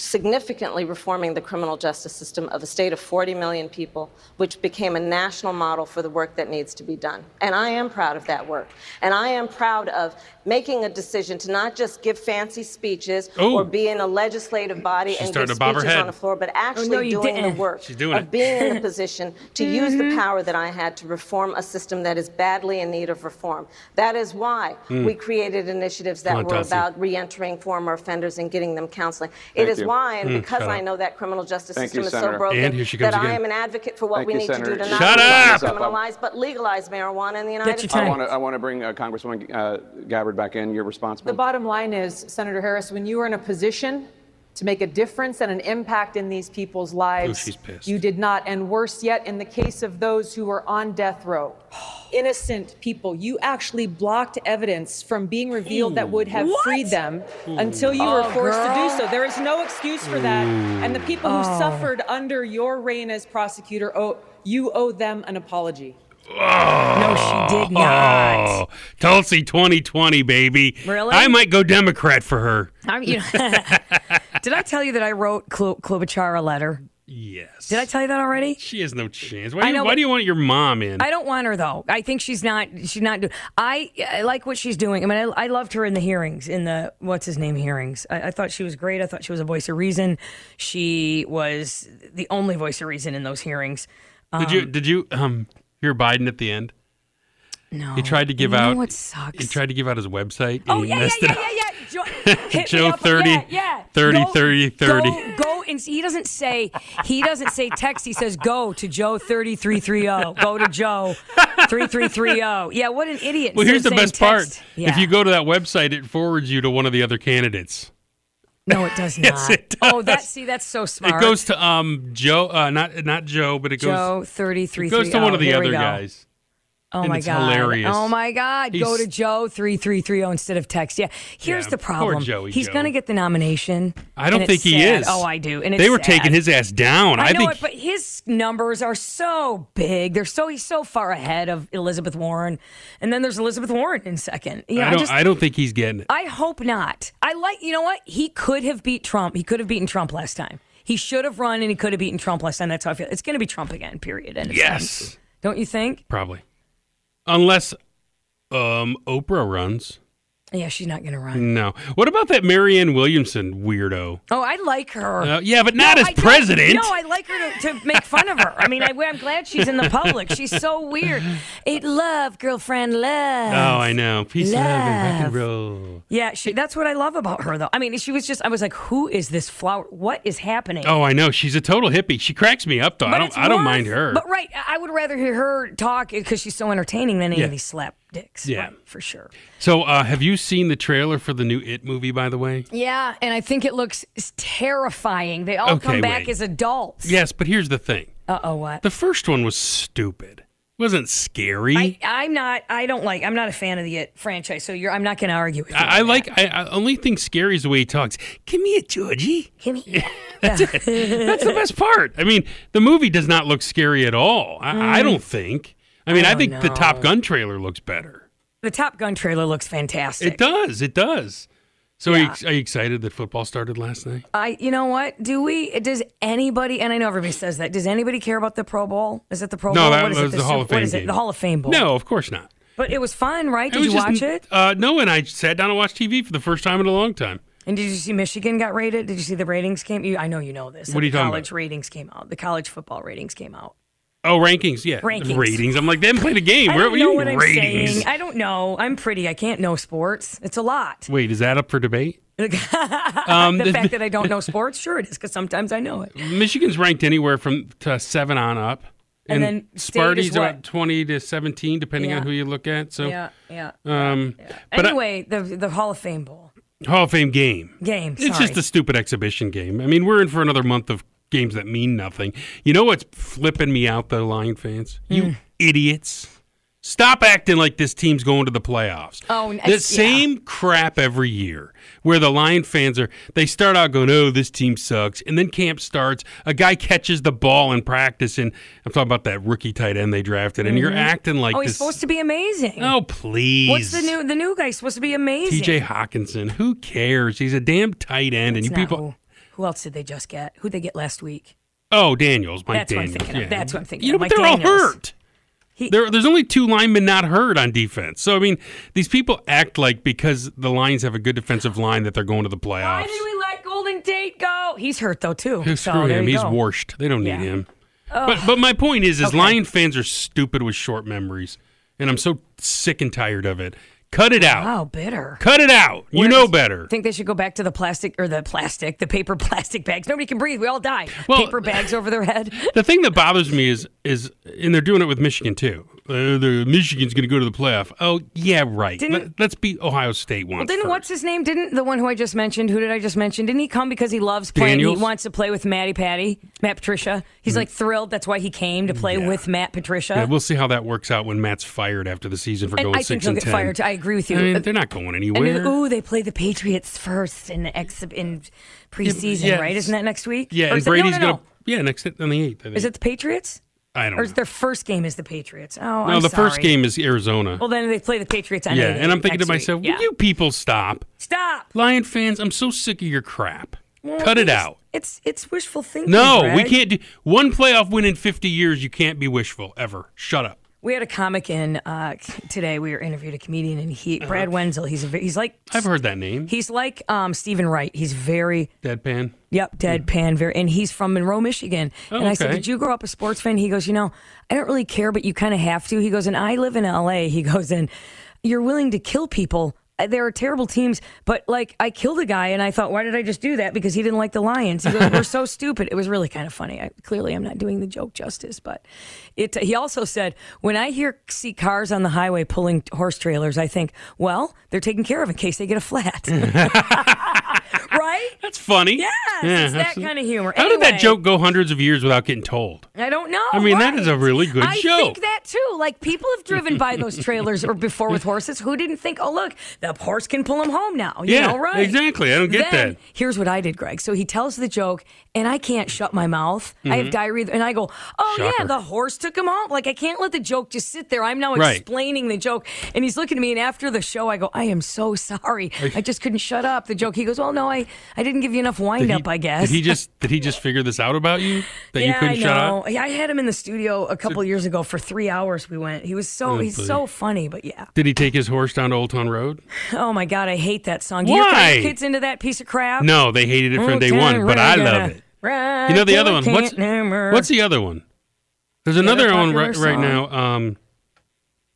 [SPEAKER 10] significantly reforming the criminal justice system of a state of 40 million people, which became a national model for the work that needs to be done. And I am proud of that work. And I am proud of making a decision to not just give fancy speeches
[SPEAKER 1] Ooh.
[SPEAKER 10] or be in a legislative body
[SPEAKER 1] She's
[SPEAKER 10] and
[SPEAKER 1] starting
[SPEAKER 10] give
[SPEAKER 1] to bob her
[SPEAKER 10] speeches
[SPEAKER 1] head.
[SPEAKER 10] on the floor, but actually
[SPEAKER 2] Oh, you
[SPEAKER 10] doing
[SPEAKER 2] didn't.
[SPEAKER 10] the work
[SPEAKER 1] She's doing
[SPEAKER 10] of
[SPEAKER 1] it.
[SPEAKER 10] being in a position to use the power that I had to reform a system that is badly in need of reform. That is why we created initiatives that
[SPEAKER 1] Hmm. Come on,
[SPEAKER 10] were
[SPEAKER 1] Tulsi.
[SPEAKER 10] about re-entering former offenders and getting them counseling. It
[SPEAKER 9] Thank
[SPEAKER 10] is
[SPEAKER 9] you.
[SPEAKER 10] why, and because
[SPEAKER 1] Hmm, shut
[SPEAKER 10] I
[SPEAKER 1] up.
[SPEAKER 10] know that criminal justice
[SPEAKER 9] Thank
[SPEAKER 10] system
[SPEAKER 9] you,
[SPEAKER 10] is so
[SPEAKER 9] Senator.
[SPEAKER 10] broken,
[SPEAKER 1] And here she comes
[SPEAKER 10] that I
[SPEAKER 1] again.
[SPEAKER 10] am an advocate for what
[SPEAKER 9] Thank
[SPEAKER 10] we
[SPEAKER 9] you,
[SPEAKER 10] need
[SPEAKER 9] Senator.
[SPEAKER 10] to do to not
[SPEAKER 1] Shut
[SPEAKER 10] only
[SPEAKER 1] up!
[SPEAKER 10] criminalize but legalize marijuana in the United
[SPEAKER 2] Get your
[SPEAKER 10] States.
[SPEAKER 9] I
[SPEAKER 2] time.
[SPEAKER 9] want to I wanna bring uh, Congresswoman uh, Gabbard back in. Your response,
[SPEAKER 8] The
[SPEAKER 9] ma'am?
[SPEAKER 8] bottom line is, Senator Harris, when you were in a position to make a difference and an impact in these people's lives,
[SPEAKER 1] she's pissed.
[SPEAKER 8] you did not. And worse yet, in the case of those who were on death row, innocent people, you actually blocked evidence from being revealed that would have
[SPEAKER 2] What?
[SPEAKER 8] freed them until you were forced to
[SPEAKER 2] girl.
[SPEAKER 8] do so. There is no excuse for that. And the people who suffered under your reign as prosecutor, oh, you owe them an apology.
[SPEAKER 2] No, she did not.
[SPEAKER 1] Oh, Tulsi 2020, baby.
[SPEAKER 2] Really?
[SPEAKER 1] I might go Democrat for her.
[SPEAKER 2] I'm, you know, [laughs] did I tell you that I wrote Klo- Klobuchar a letter?
[SPEAKER 1] Yes.
[SPEAKER 2] Did I tell you that already?
[SPEAKER 1] She has no chance. Why,
[SPEAKER 2] I
[SPEAKER 1] do you,
[SPEAKER 2] know,
[SPEAKER 1] why
[SPEAKER 2] but-
[SPEAKER 1] do you want your mom in?
[SPEAKER 2] I don't want her though. I think she's not. She's not. Do- I, I like what she's doing. I mean, I, I loved her in the hearings, in the what's his name hearings. I, I thought she was great. I thought she was a voice of reason. She was the only voice of reason in those hearings.
[SPEAKER 1] did you did you um hear Biden at the end?
[SPEAKER 2] No,
[SPEAKER 1] He tried to give
[SPEAKER 2] you
[SPEAKER 1] out
[SPEAKER 2] Know what sucks?
[SPEAKER 1] He tried to give out his website. and
[SPEAKER 2] oh
[SPEAKER 1] he
[SPEAKER 2] yeah, yeah,
[SPEAKER 1] messed
[SPEAKER 2] yeah,
[SPEAKER 1] it
[SPEAKER 2] yeah,
[SPEAKER 1] up.
[SPEAKER 2] yeah,
[SPEAKER 1] [laughs]
[SPEAKER 2] Hit me
[SPEAKER 1] Joe
[SPEAKER 2] up.
[SPEAKER 1] 30,
[SPEAKER 2] Yeah, yeah.
[SPEAKER 1] 30,
[SPEAKER 2] Go-
[SPEAKER 1] 30, 30.
[SPEAKER 2] Go, go and see- he doesn't say he doesn't say text. He says go to Joe thirty three three zero. Go to Joe three three three zero. Yeah, what an idiot!
[SPEAKER 1] Well,
[SPEAKER 2] Instead
[SPEAKER 1] here's
[SPEAKER 2] of
[SPEAKER 1] the
[SPEAKER 2] saying
[SPEAKER 1] best part.
[SPEAKER 2] text. Yeah.
[SPEAKER 1] If you go to that website, it forwards you to one of the other candidates.
[SPEAKER 2] no, it does not.
[SPEAKER 1] [laughs] Yes, it
[SPEAKER 2] Oh, that see, that's so smart.
[SPEAKER 1] It goes to um Joe, uh, not not Joe, but it goes
[SPEAKER 2] Joe thirty three.
[SPEAKER 1] it goes to one of the other guys.
[SPEAKER 2] Oh
[SPEAKER 1] And
[SPEAKER 2] my
[SPEAKER 1] it's
[SPEAKER 2] god!
[SPEAKER 1] hilarious.
[SPEAKER 2] Oh my god! Go
[SPEAKER 1] He's-
[SPEAKER 2] to Joe three three three zero instead of text. Yeah, here's
[SPEAKER 1] Yeah,
[SPEAKER 2] the
[SPEAKER 1] poor
[SPEAKER 2] problem.
[SPEAKER 1] Joey
[SPEAKER 2] He's
[SPEAKER 1] Joe.
[SPEAKER 2] going to get the nomination.
[SPEAKER 1] I don't
[SPEAKER 2] and it's
[SPEAKER 1] think he
[SPEAKER 2] sad.
[SPEAKER 1] is.
[SPEAKER 2] Oh, I do. And it's
[SPEAKER 1] they were
[SPEAKER 2] sad.
[SPEAKER 1] taking his ass down. I,
[SPEAKER 2] I, know
[SPEAKER 1] think
[SPEAKER 2] it, but his numbers are so big. They're so he's so far ahead of Elizabeth Warren, and then there's Elizabeth Warren in second. You know,
[SPEAKER 1] I don't.
[SPEAKER 2] just-
[SPEAKER 1] I don't think he's getting it.
[SPEAKER 2] I hope not. I like, you know what? He could have beat Trump. He could have beaten Trump last time. He should have run and he could have beaten Trump last time. That's how I feel. It's going to be Trump again, period. End of sentence.
[SPEAKER 1] Yes,
[SPEAKER 2] Don't you think?
[SPEAKER 1] probably, unless um Oprah runs.
[SPEAKER 2] Yeah, she's not going to run.
[SPEAKER 1] No. What about that Marianne Williamson weirdo?
[SPEAKER 2] Oh, I like her.
[SPEAKER 1] Uh, yeah, but not
[SPEAKER 2] No,
[SPEAKER 1] as
[SPEAKER 2] I don't-
[SPEAKER 1] president.
[SPEAKER 2] No, I like her to, to make fun of her. I mean, I, I'm glad she's in the public. She's so weird. It love, girlfriend, love.
[SPEAKER 1] oh, I know. Peace, love, and rock
[SPEAKER 2] Love.
[SPEAKER 1] and roll.
[SPEAKER 2] Yeah, she, that's what I love about her, though. I mean, she was just, I was like, who is this flower? What is happening?
[SPEAKER 1] Oh, I know. She's a total hippie. She cracks me up though. I
[SPEAKER 2] But
[SPEAKER 1] don't.
[SPEAKER 2] it's
[SPEAKER 1] I don't
[SPEAKER 2] worth-
[SPEAKER 1] mind her.
[SPEAKER 2] But right, I I would rather hear her talk because she's so entertaining than any
[SPEAKER 1] Yeah.
[SPEAKER 2] of these slap dicks.
[SPEAKER 1] Yeah.
[SPEAKER 2] right, for sure.
[SPEAKER 1] So, uh, have you seen the trailer for the new It movie? By the way.
[SPEAKER 2] Yeah, and I think it looks s- terrifying. They all
[SPEAKER 1] Okay,
[SPEAKER 2] come back
[SPEAKER 1] wait.
[SPEAKER 2] as adults.
[SPEAKER 1] Yes, but here's the thing.
[SPEAKER 2] Uh oh, what?
[SPEAKER 1] The first one was stupid. It wasn't scary.
[SPEAKER 2] I, I'm not. I don't like. I'm not a fan of the it franchise. So you're. I'm not going to argue with you.
[SPEAKER 1] I, I like. I, I only think scary is the way he talks. Give me it, Georgie. [laughs]
[SPEAKER 2] Give me.
[SPEAKER 1] That's it. That's the best part. I mean, the movie does not look scary at all. I,
[SPEAKER 2] Mm.
[SPEAKER 1] I don't think. I
[SPEAKER 2] Oh,
[SPEAKER 1] mean, I, think the Top Gun trailer looks better.
[SPEAKER 2] The Top Gun trailer looks fantastic.
[SPEAKER 1] It does. It does. So, are, you, are you excited that football started last night?
[SPEAKER 2] I. You know what? Do we? Does anybody? And I know everybody says that. Does anybody care about the Pro Bowl? Is it the Pro
[SPEAKER 1] no,
[SPEAKER 2] Bowl?
[SPEAKER 1] that
[SPEAKER 2] Oh, What is it,
[SPEAKER 1] was the Hall
[SPEAKER 2] Super-
[SPEAKER 1] of Fame
[SPEAKER 2] What is
[SPEAKER 1] game.
[SPEAKER 2] it? The Hall of Fame Bowl.
[SPEAKER 1] No, of course not.
[SPEAKER 2] but it was fun, right? Did
[SPEAKER 1] was
[SPEAKER 2] you
[SPEAKER 1] just-
[SPEAKER 2] watch it?
[SPEAKER 1] Uh, no, and I sat down and watched TV for the first time in a long time.
[SPEAKER 2] And did you see Michigan got rated? Did you see the ratings came? You, I know you know this.
[SPEAKER 1] What are you
[SPEAKER 2] the
[SPEAKER 1] talking
[SPEAKER 2] college
[SPEAKER 1] about?
[SPEAKER 2] ratings came out. The college football ratings came out.
[SPEAKER 1] Oh, rankings, yeah,
[SPEAKER 2] Rankings.
[SPEAKER 1] ratings. I'm like, they haven't played a game.
[SPEAKER 2] I
[SPEAKER 1] Where-
[SPEAKER 2] don't
[SPEAKER 1] what do
[SPEAKER 2] know
[SPEAKER 1] you
[SPEAKER 2] what
[SPEAKER 1] mean
[SPEAKER 2] I'm
[SPEAKER 1] ratings?
[SPEAKER 2] saying. I don't know. I'm pretty. I can't know sports. It's a lot. [laughs]
[SPEAKER 1] Wait, is that up for debate? Um,
[SPEAKER 2] the fact that I don't know sports, sure it is, because sometimes I know it.
[SPEAKER 1] Michigan's ranked anywhere from to seven on up,
[SPEAKER 2] And then state
[SPEAKER 1] Sparty's
[SPEAKER 2] is what?
[SPEAKER 1] about twenty to seventeen, depending
[SPEAKER 2] Yeah.
[SPEAKER 1] on who you look at. So,
[SPEAKER 2] Yeah, yeah.
[SPEAKER 1] um, but I-
[SPEAKER 2] Anyway, the the Hall of Fame Bowl
[SPEAKER 1] Hall of Fame game.
[SPEAKER 2] game.
[SPEAKER 1] It's
[SPEAKER 2] sorry.
[SPEAKER 1] just a stupid exhibition game. I mean, we're in for another month of games that mean nothing. You know what's flipping me out though, Lion fans?
[SPEAKER 2] Mm.
[SPEAKER 1] You idiots! Stop acting like this team's going to the playoffs.
[SPEAKER 2] Oh, n-
[SPEAKER 1] the
[SPEAKER 2] yeah.
[SPEAKER 1] same crap every year. Where the Lion fans are, they start out going, "Oh, this team sucks," and then camp starts. A guy catches the ball in practice, and I'm talking about that rookie tight end they drafted, and you're acting like
[SPEAKER 2] oh, he's
[SPEAKER 1] this.
[SPEAKER 2] supposed to be amazing.
[SPEAKER 1] oh, please!
[SPEAKER 2] What's the new the new guy's supposed to be amazing?
[SPEAKER 1] TJ Hawkinson? Who cares? He's a damn tight end, and
[SPEAKER 2] It's
[SPEAKER 1] you
[SPEAKER 2] not
[SPEAKER 1] people.
[SPEAKER 2] who, who else did they just get? Who would they get last week?
[SPEAKER 1] Oh, Daniels, Mike
[SPEAKER 2] That's what I'm
[SPEAKER 1] Daniels.
[SPEAKER 2] thinking of. That's what I'm thinking
[SPEAKER 1] You know,
[SPEAKER 2] of,
[SPEAKER 1] but
[SPEAKER 2] Mike
[SPEAKER 1] they're all
[SPEAKER 2] Daniels.
[SPEAKER 1] hurt.
[SPEAKER 2] He-
[SPEAKER 1] There, there's only two linemen not hurt on defense. So I mean, these people act like because the Lions have a good defensive line that they're going to the
[SPEAKER 2] Why
[SPEAKER 1] playoffs.
[SPEAKER 2] did we let Golden Tate go? He's hurt though too.
[SPEAKER 1] Who-
[SPEAKER 2] so
[SPEAKER 1] Screw
[SPEAKER 2] Oh, there
[SPEAKER 1] him.
[SPEAKER 2] you
[SPEAKER 1] He's
[SPEAKER 2] go.
[SPEAKER 1] washed. They don't need
[SPEAKER 2] Yeah. Oh.
[SPEAKER 1] him. But but my point is, is Lion fans are stupid with short memories, and I'm so sick and tired of it. Cut it out.
[SPEAKER 2] Wow, Oh, bitter.
[SPEAKER 1] Cut it out. You know better.
[SPEAKER 2] Think they should go back to the plastic or the plastic, the paper [laughs] plastic bags. Nobody can breathe. We all die.
[SPEAKER 1] Well-
[SPEAKER 2] paper bags over
[SPEAKER 1] [laughs]
[SPEAKER 2] their head.
[SPEAKER 1] the thing that bothers me is is and they're doing it with Michigan too. Uh, the Michigan's going to go to the playoff. Oh yeah, right.
[SPEAKER 2] Didn't-
[SPEAKER 1] Let, us beat Ohio State once.
[SPEAKER 2] Well, didn't
[SPEAKER 1] first.
[SPEAKER 2] what's his name? Didn't the one who I just mentioned? Who did I just mention? Didn't he come because he loves playing?
[SPEAKER 1] Daniels? Hmm.
[SPEAKER 2] He wants to play with Matty Patty, Matt Patricia. He's like thrilled. That's why he came to play with Matt Patricia.
[SPEAKER 1] Yeah, we'll see how that works out when Matt's fired after the season for
[SPEAKER 2] And
[SPEAKER 1] going
[SPEAKER 2] I think
[SPEAKER 1] six
[SPEAKER 2] he'll
[SPEAKER 1] and
[SPEAKER 2] get
[SPEAKER 1] ten.
[SPEAKER 2] fired, too. I agree with you.
[SPEAKER 1] I mean, they're not going
[SPEAKER 2] and
[SPEAKER 1] anywhere.
[SPEAKER 2] then, ooh, they play the Patriots first in the ex- in preseason,
[SPEAKER 1] yeah,
[SPEAKER 2] right?
[SPEAKER 1] it's-
[SPEAKER 2] Isn't that next week? Or
[SPEAKER 1] yeah, and
[SPEAKER 2] is it- no,
[SPEAKER 1] Brady's
[SPEAKER 2] no, no.
[SPEAKER 1] going to yeah next on the eighth. I think.
[SPEAKER 2] Is it the Patriots?
[SPEAKER 1] I don't
[SPEAKER 2] Or
[SPEAKER 1] know.
[SPEAKER 2] is their first game is the Patriots? Oh,
[SPEAKER 1] no, the first game is Arizona.
[SPEAKER 2] Well, then they play the Patriots on
[SPEAKER 1] yeah,
[SPEAKER 2] 88
[SPEAKER 1] and I'm thinking to
[SPEAKER 2] next week.
[SPEAKER 1] myself,
[SPEAKER 2] Yeah.
[SPEAKER 1] will you people stop?
[SPEAKER 2] stop?
[SPEAKER 1] Lion fans, I'm so sick of your crap. Cut it out.
[SPEAKER 2] It's it's wishful thinking.
[SPEAKER 1] No, we
[SPEAKER 2] Greg.
[SPEAKER 1] can't do one playoff win in 50 years. You can't be wishful ever. Shut up.
[SPEAKER 2] We had a comic in uh, c- today. We were interviewed a comedian, and he Brad
[SPEAKER 1] Uh-huh.
[SPEAKER 2] Wenzel. He's a, ve- he's like
[SPEAKER 1] I've heard that name.
[SPEAKER 2] he's like um, Stephen Wright. He's very
[SPEAKER 1] Deadpan.
[SPEAKER 2] Yep, deadpan. Very, and he's from Monroe, Michigan.
[SPEAKER 1] Oh,
[SPEAKER 2] and I said,
[SPEAKER 1] okay.
[SPEAKER 2] "Did you grow up a sports fan?" He goes, "You know, I don't [laughs] really care, but you kind of have to." He goes, "And I live in L.A." He goes, "And you're willing to kill people Uh, there are terrible teams, but like I killed a guy and I thought, why did I just do that? Because he didn't like the Lions. He goes, we're
[SPEAKER 1] [laughs]
[SPEAKER 2] so stupid. It was really kind of funny. I, clearly, I'm not doing the joke justice, but it. He also said, when I hear see cars on the highway pulling horse trailers, I think, well, they're taken care of in case they get a flat.
[SPEAKER 1] [laughs]
[SPEAKER 2] [laughs] right?
[SPEAKER 1] That's funny.
[SPEAKER 2] Yes,
[SPEAKER 1] Yeah,
[SPEAKER 2] it's that
[SPEAKER 1] absolutely.
[SPEAKER 2] kind of humor.
[SPEAKER 1] How did that
[SPEAKER 2] Anyway.
[SPEAKER 1] joke go hundreds of years without getting told?
[SPEAKER 2] I don't know.
[SPEAKER 1] I mean, that is a
[SPEAKER 2] right?
[SPEAKER 1] really good
[SPEAKER 2] I
[SPEAKER 1] joke.
[SPEAKER 2] think that too. Like people have driven by those trailers or before with horses. Who didn't think, oh look, the horse can pull him home now? You
[SPEAKER 1] Yeah,
[SPEAKER 2] know, right?
[SPEAKER 1] exactly. I don't get
[SPEAKER 2] Then,
[SPEAKER 1] that.
[SPEAKER 2] Here's what I did, Greg. So he tells the joke, and I can't shut my mouth. I have
[SPEAKER 1] Mhm.
[SPEAKER 2] diarrhea, and I go, oh yeah,
[SPEAKER 1] Shocker.
[SPEAKER 2] the horse took him home. Like I can't let the joke just sit there. I'm now
[SPEAKER 1] Right.
[SPEAKER 2] explaining the joke, and he's looking at me. And after the show, I go, I am so sorry.
[SPEAKER 1] Are you-
[SPEAKER 2] I just couldn't shut up the joke. He goes, well, no, I I didn't give you enough
[SPEAKER 1] Did
[SPEAKER 2] wind
[SPEAKER 1] he-
[SPEAKER 2] up. I guess.
[SPEAKER 1] Did he just did he just figure this out about you that
[SPEAKER 2] yeah,
[SPEAKER 1] you couldn't
[SPEAKER 2] I know.
[SPEAKER 1] shut up?
[SPEAKER 2] Yeah, I had him in the studio a couple years ago for three hours. We went. He was so
[SPEAKER 1] Oh,
[SPEAKER 2] he's
[SPEAKER 1] buddy.
[SPEAKER 2] so funny, but yeah.
[SPEAKER 1] Did he take his horse down to Old Town Road?
[SPEAKER 2] Oh my god, I hate that song. Do your
[SPEAKER 1] Why?
[SPEAKER 2] kind of kids into that piece of crap?
[SPEAKER 1] No, they hated it from
[SPEAKER 2] Old
[SPEAKER 1] day
[SPEAKER 2] Town
[SPEAKER 1] one, but I
[SPEAKER 2] Road,
[SPEAKER 1] love
[SPEAKER 2] uh,
[SPEAKER 1] it.
[SPEAKER 2] Right
[SPEAKER 1] You know the
[SPEAKER 2] till
[SPEAKER 1] other
[SPEAKER 2] I
[SPEAKER 1] one. What's
[SPEAKER 2] can't no more.
[SPEAKER 1] what's the other one? There's
[SPEAKER 2] The other
[SPEAKER 1] another one
[SPEAKER 2] popular
[SPEAKER 1] right, right now.
[SPEAKER 2] song.
[SPEAKER 1] Um,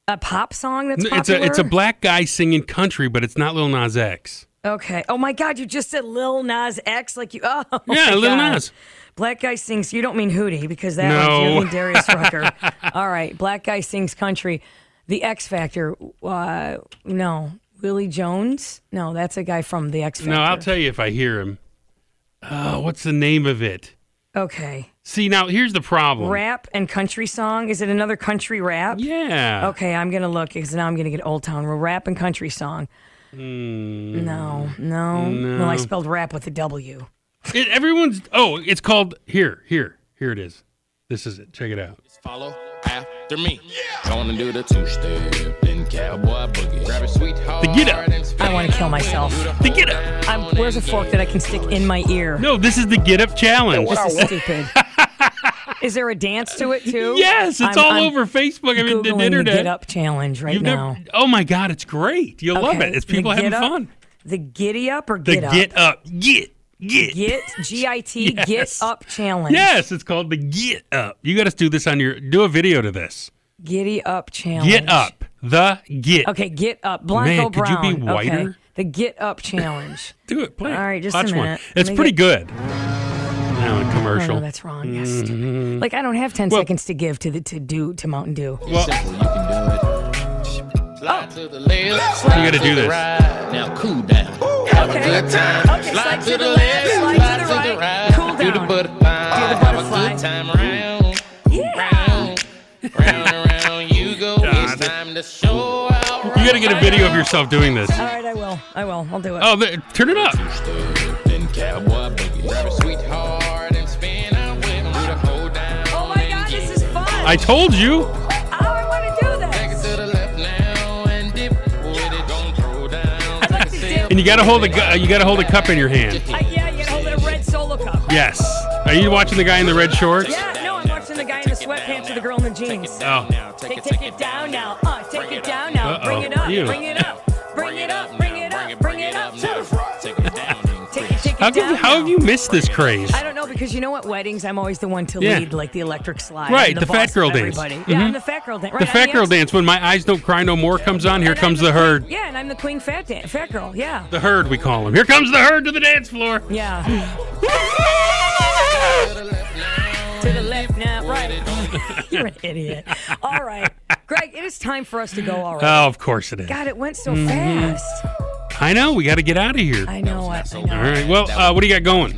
[SPEAKER 2] a pop song that's
[SPEAKER 1] n- it's a it's a
[SPEAKER 2] popular?
[SPEAKER 1] black guy singing country, but it's not Lil Nas X.
[SPEAKER 2] Okay. Oh my god, you just said Lil Nas X like you oh
[SPEAKER 1] Yeah,
[SPEAKER 2] my
[SPEAKER 1] Lil
[SPEAKER 2] God.
[SPEAKER 1] Nas.
[SPEAKER 2] Black guy sings you don't mean Hootie because that one's
[SPEAKER 1] No.
[SPEAKER 2] you mean
[SPEAKER 1] [laughs]
[SPEAKER 2] Darius Rucker. All right. Black guy sings country. The X Factor. Uh no. Willie Jones? No, that's a guy from the X Factor.
[SPEAKER 1] No, I'll tell you if I hear him. Oh, what's the name of it?
[SPEAKER 2] Okay.
[SPEAKER 1] See, now here's the problem.
[SPEAKER 2] Rap and country song. Is it another country rap?
[SPEAKER 1] Yeah.
[SPEAKER 2] Okay, I'm gonna look because now I'm gonna get Old Town Road. Rap and country song.
[SPEAKER 1] Mm.
[SPEAKER 2] No, no.
[SPEAKER 1] No.
[SPEAKER 2] Well, I spelled rap with a W.
[SPEAKER 1] It, everyone's. Oh, it's called here, here, here it is. This is it. Check it out.
[SPEAKER 11] Follow after me. Gonna do the two step, then cowboy boogie. Grab a sweetheart.
[SPEAKER 1] The get up.
[SPEAKER 2] I want to kill myself.
[SPEAKER 1] The get up.
[SPEAKER 2] I'm, where's a fork that I can stick in my ear?
[SPEAKER 1] No, this is the get up challenge.
[SPEAKER 2] This is stupid.
[SPEAKER 1] [laughs]
[SPEAKER 2] is there a dance to it too?
[SPEAKER 1] Yes, it's
[SPEAKER 2] I'm-
[SPEAKER 1] all
[SPEAKER 2] I'm
[SPEAKER 1] over Facebook. I mean,
[SPEAKER 2] Googling
[SPEAKER 1] the internet.
[SPEAKER 2] The get up challenge right
[SPEAKER 1] You've
[SPEAKER 2] now.
[SPEAKER 1] never- oh my God, it's great. You'll love
[SPEAKER 2] Okay,
[SPEAKER 1] it. It's
[SPEAKER 2] the
[SPEAKER 1] people having
[SPEAKER 2] get up-
[SPEAKER 1] fun.
[SPEAKER 2] The giddy up or
[SPEAKER 1] The
[SPEAKER 2] get
[SPEAKER 1] get
[SPEAKER 2] up?
[SPEAKER 1] up. Get. Get. [laughs]
[SPEAKER 2] Get G I T get
[SPEAKER 1] Yes.
[SPEAKER 2] up challenge.
[SPEAKER 1] Yes, it's called the get up. You got to do this on your. Do a video to this.
[SPEAKER 2] Giddy up challenge.
[SPEAKER 1] Get up. The get.
[SPEAKER 2] Okay, get up. Blanco
[SPEAKER 1] Man, could you
[SPEAKER 2] Brown.
[SPEAKER 1] be
[SPEAKER 2] Okay.
[SPEAKER 1] whiter?
[SPEAKER 2] The get up challenge.
[SPEAKER 1] Do it. Play. it.
[SPEAKER 2] All right, just
[SPEAKER 1] Watch
[SPEAKER 2] a
[SPEAKER 1] one.
[SPEAKER 2] minute. Let
[SPEAKER 1] It's
[SPEAKER 2] me
[SPEAKER 1] pretty good.
[SPEAKER 2] get-
[SPEAKER 1] Now a commercial.
[SPEAKER 2] Oh, that's wrong. Yes.
[SPEAKER 1] Mhm.
[SPEAKER 2] Like I don't have ten seconds to give to the to do to Mountain Dew.
[SPEAKER 11] Well, simple, you can do it. Slide to the left, slide
[SPEAKER 1] gotta do
[SPEAKER 11] to the
[SPEAKER 1] this.
[SPEAKER 11] Right. Now cool down. Have a good time. slide to the left, slide, to the right. Cool Do the butterfly. Have a good time round. Round. Round and round you go.
[SPEAKER 1] God.
[SPEAKER 11] It's time to show out.
[SPEAKER 1] You got to get a video of yourself doing this.
[SPEAKER 2] All right, I will. I will. I'll do it.
[SPEAKER 1] Oh, the, turn it up.
[SPEAKER 11] Then cowboy boogie. Grab a sweetheart and spin out with 'em. Do the hold down.
[SPEAKER 2] Oh my God, this is fun.
[SPEAKER 1] I told you.
[SPEAKER 2] Oh, I want to do
[SPEAKER 11] Take it
[SPEAKER 2] this.
[SPEAKER 11] to the left now and dip with it. Don't throw down. Take a sip.
[SPEAKER 1] And you got to hold a gu- you got to hold a cup in your hand.
[SPEAKER 2] Uh, yeah, you hold a red solo cup.
[SPEAKER 1] Yes. Are you watching the guy in the red shorts?
[SPEAKER 2] Yeah, no, I'm watching the guy in the sweatpants with the girl in the jeans.
[SPEAKER 1] Oh.
[SPEAKER 2] Take, take it down now. Uh, take it down now.
[SPEAKER 1] Uh-oh.
[SPEAKER 2] Bring it up.
[SPEAKER 1] Ew.
[SPEAKER 2] Bring it up. Bring it up. Bring it up. Bring it up. To the front.
[SPEAKER 11] Take it down.
[SPEAKER 2] Take it, take
[SPEAKER 1] How,
[SPEAKER 2] it
[SPEAKER 1] come,
[SPEAKER 2] down.
[SPEAKER 1] how have you missed this craze?
[SPEAKER 2] I don't know because you know what weddings I'm always the one to
[SPEAKER 1] Yeah.
[SPEAKER 2] lead like the electric slide.
[SPEAKER 1] Right,
[SPEAKER 2] I'm
[SPEAKER 1] the fat
[SPEAKER 2] boss of
[SPEAKER 1] girl dance.
[SPEAKER 2] everybody. Yeah, I'm
[SPEAKER 1] Mhm.
[SPEAKER 2] the fat girl dance. Right,
[SPEAKER 1] The
[SPEAKER 2] I'm
[SPEAKER 1] fat girl
[SPEAKER 2] ex-
[SPEAKER 1] dance when my eyes don't cry no more comes on. Here comes the herd.
[SPEAKER 2] Yeah, and I'm the queen fat dan- fat girl. [laughs] Yeah,
[SPEAKER 1] The herd we call him. Here comes the herd to the dance floor. Oh,
[SPEAKER 2] yeah. to the left now, right. You're an idiot. All right, Greg, it is time for us to go. All right.
[SPEAKER 1] Oh, of course it is.
[SPEAKER 2] God, it went so
[SPEAKER 1] Mhm.
[SPEAKER 2] fast.
[SPEAKER 1] I know. We got to get out of here.
[SPEAKER 2] I know. I, I know.
[SPEAKER 1] All right. Well, uh, what do you got going?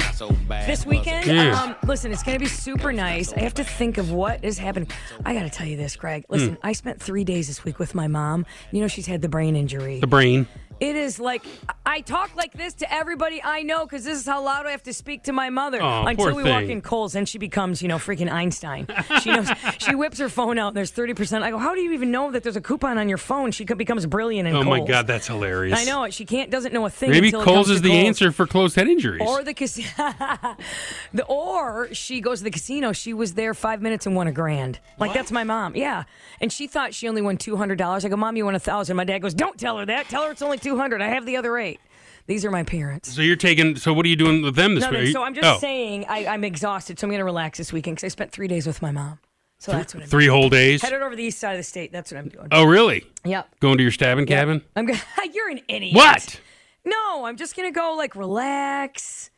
[SPEAKER 2] This weekend,
[SPEAKER 1] Yeah.
[SPEAKER 2] um, listen, it's going to be super nice. I have to think of what is happening. I got to tell you this, Greg. Listen, I spent three days this week with my mom. You know, she's had the brain injury.
[SPEAKER 1] The brain.
[SPEAKER 2] It is like I talk like this to everybody I know because this is how loud I have to speak to my mother
[SPEAKER 1] Aw,
[SPEAKER 2] until
[SPEAKER 1] poor
[SPEAKER 2] we walk
[SPEAKER 1] thing.
[SPEAKER 2] in Kohl's and she becomes, you know, freaking Einstein. She
[SPEAKER 1] [laughs]
[SPEAKER 2] knows. she whips her phone out. and There's thirty percent. I go, how do you even know that there's a coupon on your phone? She co- becomes brilliant in
[SPEAKER 1] Oh my
[SPEAKER 2] Kohl's.
[SPEAKER 1] God, that's hilarious.
[SPEAKER 2] I know it. She can't doesn't know a thing.
[SPEAKER 1] Maybe
[SPEAKER 2] until it
[SPEAKER 1] Coles
[SPEAKER 2] comes
[SPEAKER 1] is
[SPEAKER 2] to
[SPEAKER 1] the
[SPEAKER 2] Kohl's.
[SPEAKER 1] answer for closed head injuries.
[SPEAKER 2] Or the casino. [laughs] the or she goes to the casino. She was there five minutes and won a grand. Like that's my mom. Yeah, and she thought she only won two hundred dollars. I go, mom, you won a thousand. My dad goes, don't tell her that. Tell her it's only two hundred. I have the other eight. These are my parents.
[SPEAKER 1] so you're taking. So what are you doing with them this
[SPEAKER 2] Nothing.
[SPEAKER 1] week?
[SPEAKER 2] So I'm just
[SPEAKER 1] Oh.
[SPEAKER 2] saying I, I'm exhausted. So I'm going to relax this weekend because I spent three days with my mom. So that's what I'm
[SPEAKER 1] Three whole days?
[SPEAKER 2] Headed over to the east side of the state. That's what I'm doing.
[SPEAKER 1] Oh, really?
[SPEAKER 2] Yep.
[SPEAKER 1] Going to your stabbing cabin?
[SPEAKER 2] I'm gonna, [laughs] you're an idiot.
[SPEAKER 1] What?
[SPEAKER 2] No, I'm just gonna go like relax,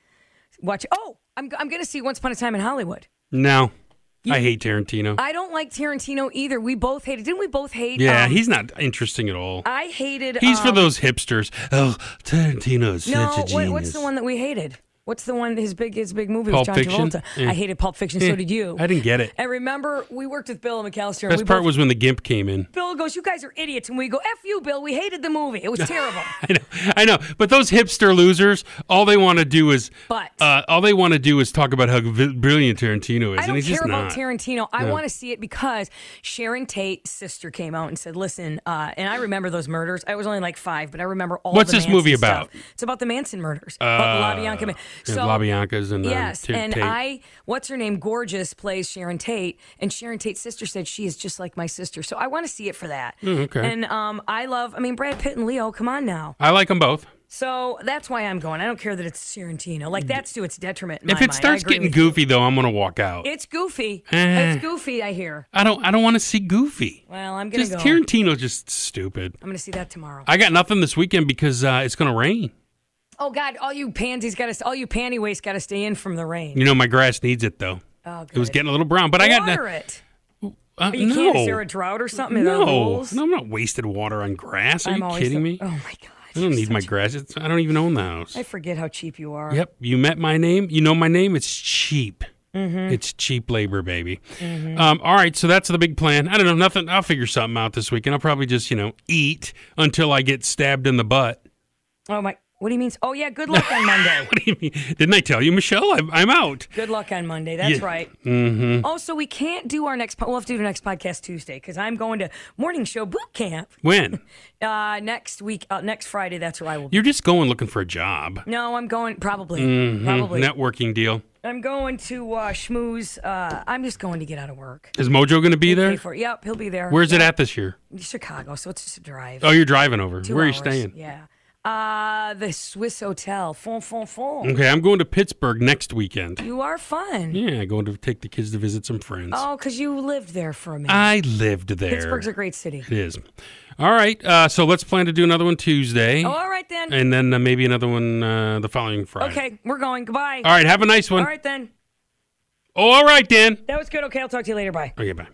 [SPEAKER 2] watch. Oh, I'm I'm gonna see Once Upon a Time in Hollywood.
[SPEAKER 1] No. I hate Tarantino.
[SPEAKER 2] I don't like Tarantino either. We both hated. Didn't we both hate?
[SPEAKER 1] yeah,
[SPEAKER 2] um,
[SPEAKER 1] he's not interesting at all.
[SPEAKER 2] I hated.
[SPEAKER 1] He's for
[SPEAKER 2] um,
[SPEAKER 1] those hipsters. Oh, Tarantino's
[SPEAKER 2] No,
[SPEAKER 1] such a
[SPEAKER 2] what-
[SPEAKER 1] genius.
[SPEAKER 2] what's the one that we hated? What's the one? His big his big movie
[SPEAKER 1] Pulp
[SPEAKER 2] was John
[SPEAKER 1] Fiction?
[SPEAKER 2] Travolta.
[SPEAKER 1] Yeah.
[SPEAKER 2] I hated Pulp Fiction.
[SPEAKER 1] Yeah.
[SPEAKER 2] So did you.
[SPEAKER 1] I didn't get it.
[SPEAKER 2] And remember, we worked with Bill McAllister. and we
[SPEAKER 1] Best part
[SPEAKER 2] both-
[SPEAKER 1] was when the Gimp came in. [laughs]
[SPEAKER 2] Bill goes, "You guys are idiots," and we go, "F you, Bill. We hated the movie.
[SPEAKER 1] [laughs]
[SPEAKER 2] It was terrible."
[SPEAKER 1] I know, I know. But those hipster losers, all they want to do is,
[SPEAKER 2] But-
[SPEAKER 1] uh, all they want to do is talk about how v- brilliant Tarantino is,
[SPEAKER 2] I
[SPEAKER 1] and
[SPEAKER 2] don't
[SPEAKER 1] he's
[SPEAKER 2] care
[SPEAKER 1] just
[SPEAKER 2] about
[SPEAKER 1] not.
[SPEAKER 2] Tarantino. I
[SPEAKER 1] No.
[SPEAKER 2] want to see it because Sharon Tate's sister came out and said, "Listen," uh, and I remember those murders. I was only like five, but I remember all.
[SPEAKER 1] What's
[SPEAKER 2] the
[SPEAKER 1] this movie
[SPEAKER 2] Manson
[SPEAKER 1] about? Uh,
[SPEAKER 2] stuff. It's about the Manson murders. about the LaBianca. Man-
[SPEAKER 1] yeah,
[SPEAKER 2] So
[SPEAKER 1] LaBianca's and, uh,
[SPEAKER 2] yes,
[SPEAKER 1] Ta-
[SPEAKER 2] and
[SPEAKER 1] Tate.
[SPEAKER 2] I, what's her name? Gorgeous plays Sharon Tate, and Sharon Tate's sister said she is just like my sister. So I want to see it for that.
[SPEAKER 1] Mm, okay.
[SPEAKER 2] And um, I love. I mean, Brad Pitt and Leo. Come on now.
[SPEAKER 1] I like them both.
[SPEAKER 2] So that's why I'm going. I don't care that it's Tarantino. Like that's to its detriment. in
[SPEAKER 1] Mm. If
[SPEAKER 2] my
[SPEAKER 1] it
[SPEAKER 2] mind. I
[SPEAKER 1] starts
[SPEAKER 2] agree
[SPEAKER 1] getting
[SPEAKER 2] with you.
[SPEAKER 1] goofy, though, I'm gonna walk out.
[SPEAKER 2] It's goofy.
[SPEAKER 1] Eh.
[SPEAKER 2] It's goofy. I hear.
[SPEAKER 1] I don't. I don't want to see goofy.
[SPEAKER 2] Well, I'm gonna
[SPEAKER 1] Just
[SPEAKER 2] go.
[SPEAKER 1] Tarantino's just stupid.
[SPEAKER 2] I'm gonna see that tomorrow.
[SPEAKER 1] I got nothing this weekend because uh, it's gonna rain.
[SPEAKER 2] Oh God! All you pansies got to, all you panty waist got to stay in from the rain.
[SPEAKER 1] You know, my grass needs it though.
[SPEAKER 2] Oh,
[SPEAKER 1] It was getting a little brown, but I got
[SPEAKER 2] Water it.
[SPEAKER 1] Uh,
[SPEAKER 2] you
[SPEAKER 1] no.
[SPEAKER 2] can't. Is there a drought or something? Are there
[SPEAKER 1] No,
[SPEAKER 2] rules?
[SPEAKER 1] no, I'm not wasted water on grass. Are
[SPEAKER 2] I'm
[SPEAKER 1] you
[SPEAKER 2] always
[SPEAKER 1] kidding
[SPEAKER 2] the-
[SPEAKER 1] me?
[SPEAKER 2] Oh my God!
[SPEAKER 1] I don't need my grass. It's, I don't even own the house.
[SPEAKER 2] I forget how cheap you are.
[SPEAKER 1] Yep, you met my name. You know my name. It's cheap.
[SPEAKER 2] Mhm.
[SPEAKER 1] It's cheap labor, baby.
[SPEAKER 2] Mhm.
[SPEAKER 1] Um, all right, so that's the big plan. I don't know nothing. I'll figure something out this weekend. I'll probably just you know eat until I get stabbed in the butt. [laughs]
[SPEAKER 2] Oh my! What do you mean? Oh yeah. Good luck on Monday.
[SPEAKER 1] What do you mean? Didn't I tell you, Michelle? I'm, I'm out.
[SPEAKER 2] good luck on Monday. That's
[SPEAKER 1] Yeah.
[SPEAKER 2] right.
[SPEAKER 1] Mm-hmm.
[SPEAKER 2] Also, we can't do our next. Po- we'll have to do the next podcast Tuesday because I'm going to morning show boot camp
[SPEAKER 1] When [laughs]
[SPEAKER 2] uh, next week. Uh, next Friday. That's where I will. be.
[SPEAKER 1] you're just going looking for a job,
[SPEAKER 2] No, I'm going probably.
[SPEAKER 1] Mhm.
[SPEAKER 2] Probably.
[SPEAKER 1] networking deal.
[SPEAKER 2] I'm going to uh, schmooze. Uh, I'm just going to get out of work.
[SPEAKER 1] Is Mojo going to be
[SPEAKER 2] Pay
[SPEAKER 1] there?
[SPEAKER 2] for it. Yep, he'll be there.
[SPEAKER 1] Where's it
[SPEAKER 2] Yeah.
[SPEAKER 1] at this year?
[SPEAKER 2] Chicago, so it's just a drive.
[SPEAKER 1] Oh, you're driving over.
[SPEAKER 2] Two
[SPEAKER 1] Where
[SPEAKER 2] hours,
[SPEAKER 1] are you staying?
[SPEAKER 2] Yeah. Uh, the Swiss Hotel. Fon, fon, fon.
[SPEAKER 1] Okay, I'm going to Pittsburgh next weekend.
[SPEAKER 2] You are fun.
[SPEAKER 1] Yeah, going to take the kids to visit some friends.
[SPEAKER 2] Oh, because you lived there for a minute.
[SPEAKER 1] I lived there.
[SPEAKER 2] Pittsburgh's a great city.
[SPEAKER 1] It is. All right. Uh, so let's plan to do another one Tuesday.
[SPEAKER 2] Oh, all right then.
[SPEAKER 1] And then uh, maybe another one uh, the following Friday.
[SPEAKER 2] Okay, we're going. Goodbye.
[SPEAKER 1] All right, have a nice one.
[SPEAKER 2] All right then.
[SPEAKER 1] Oh, all right, Dan.
[SPEAKER 2] That was good. Okay, I'll talk to you later. Bye.
[SPEAKER 1] Okay, bye.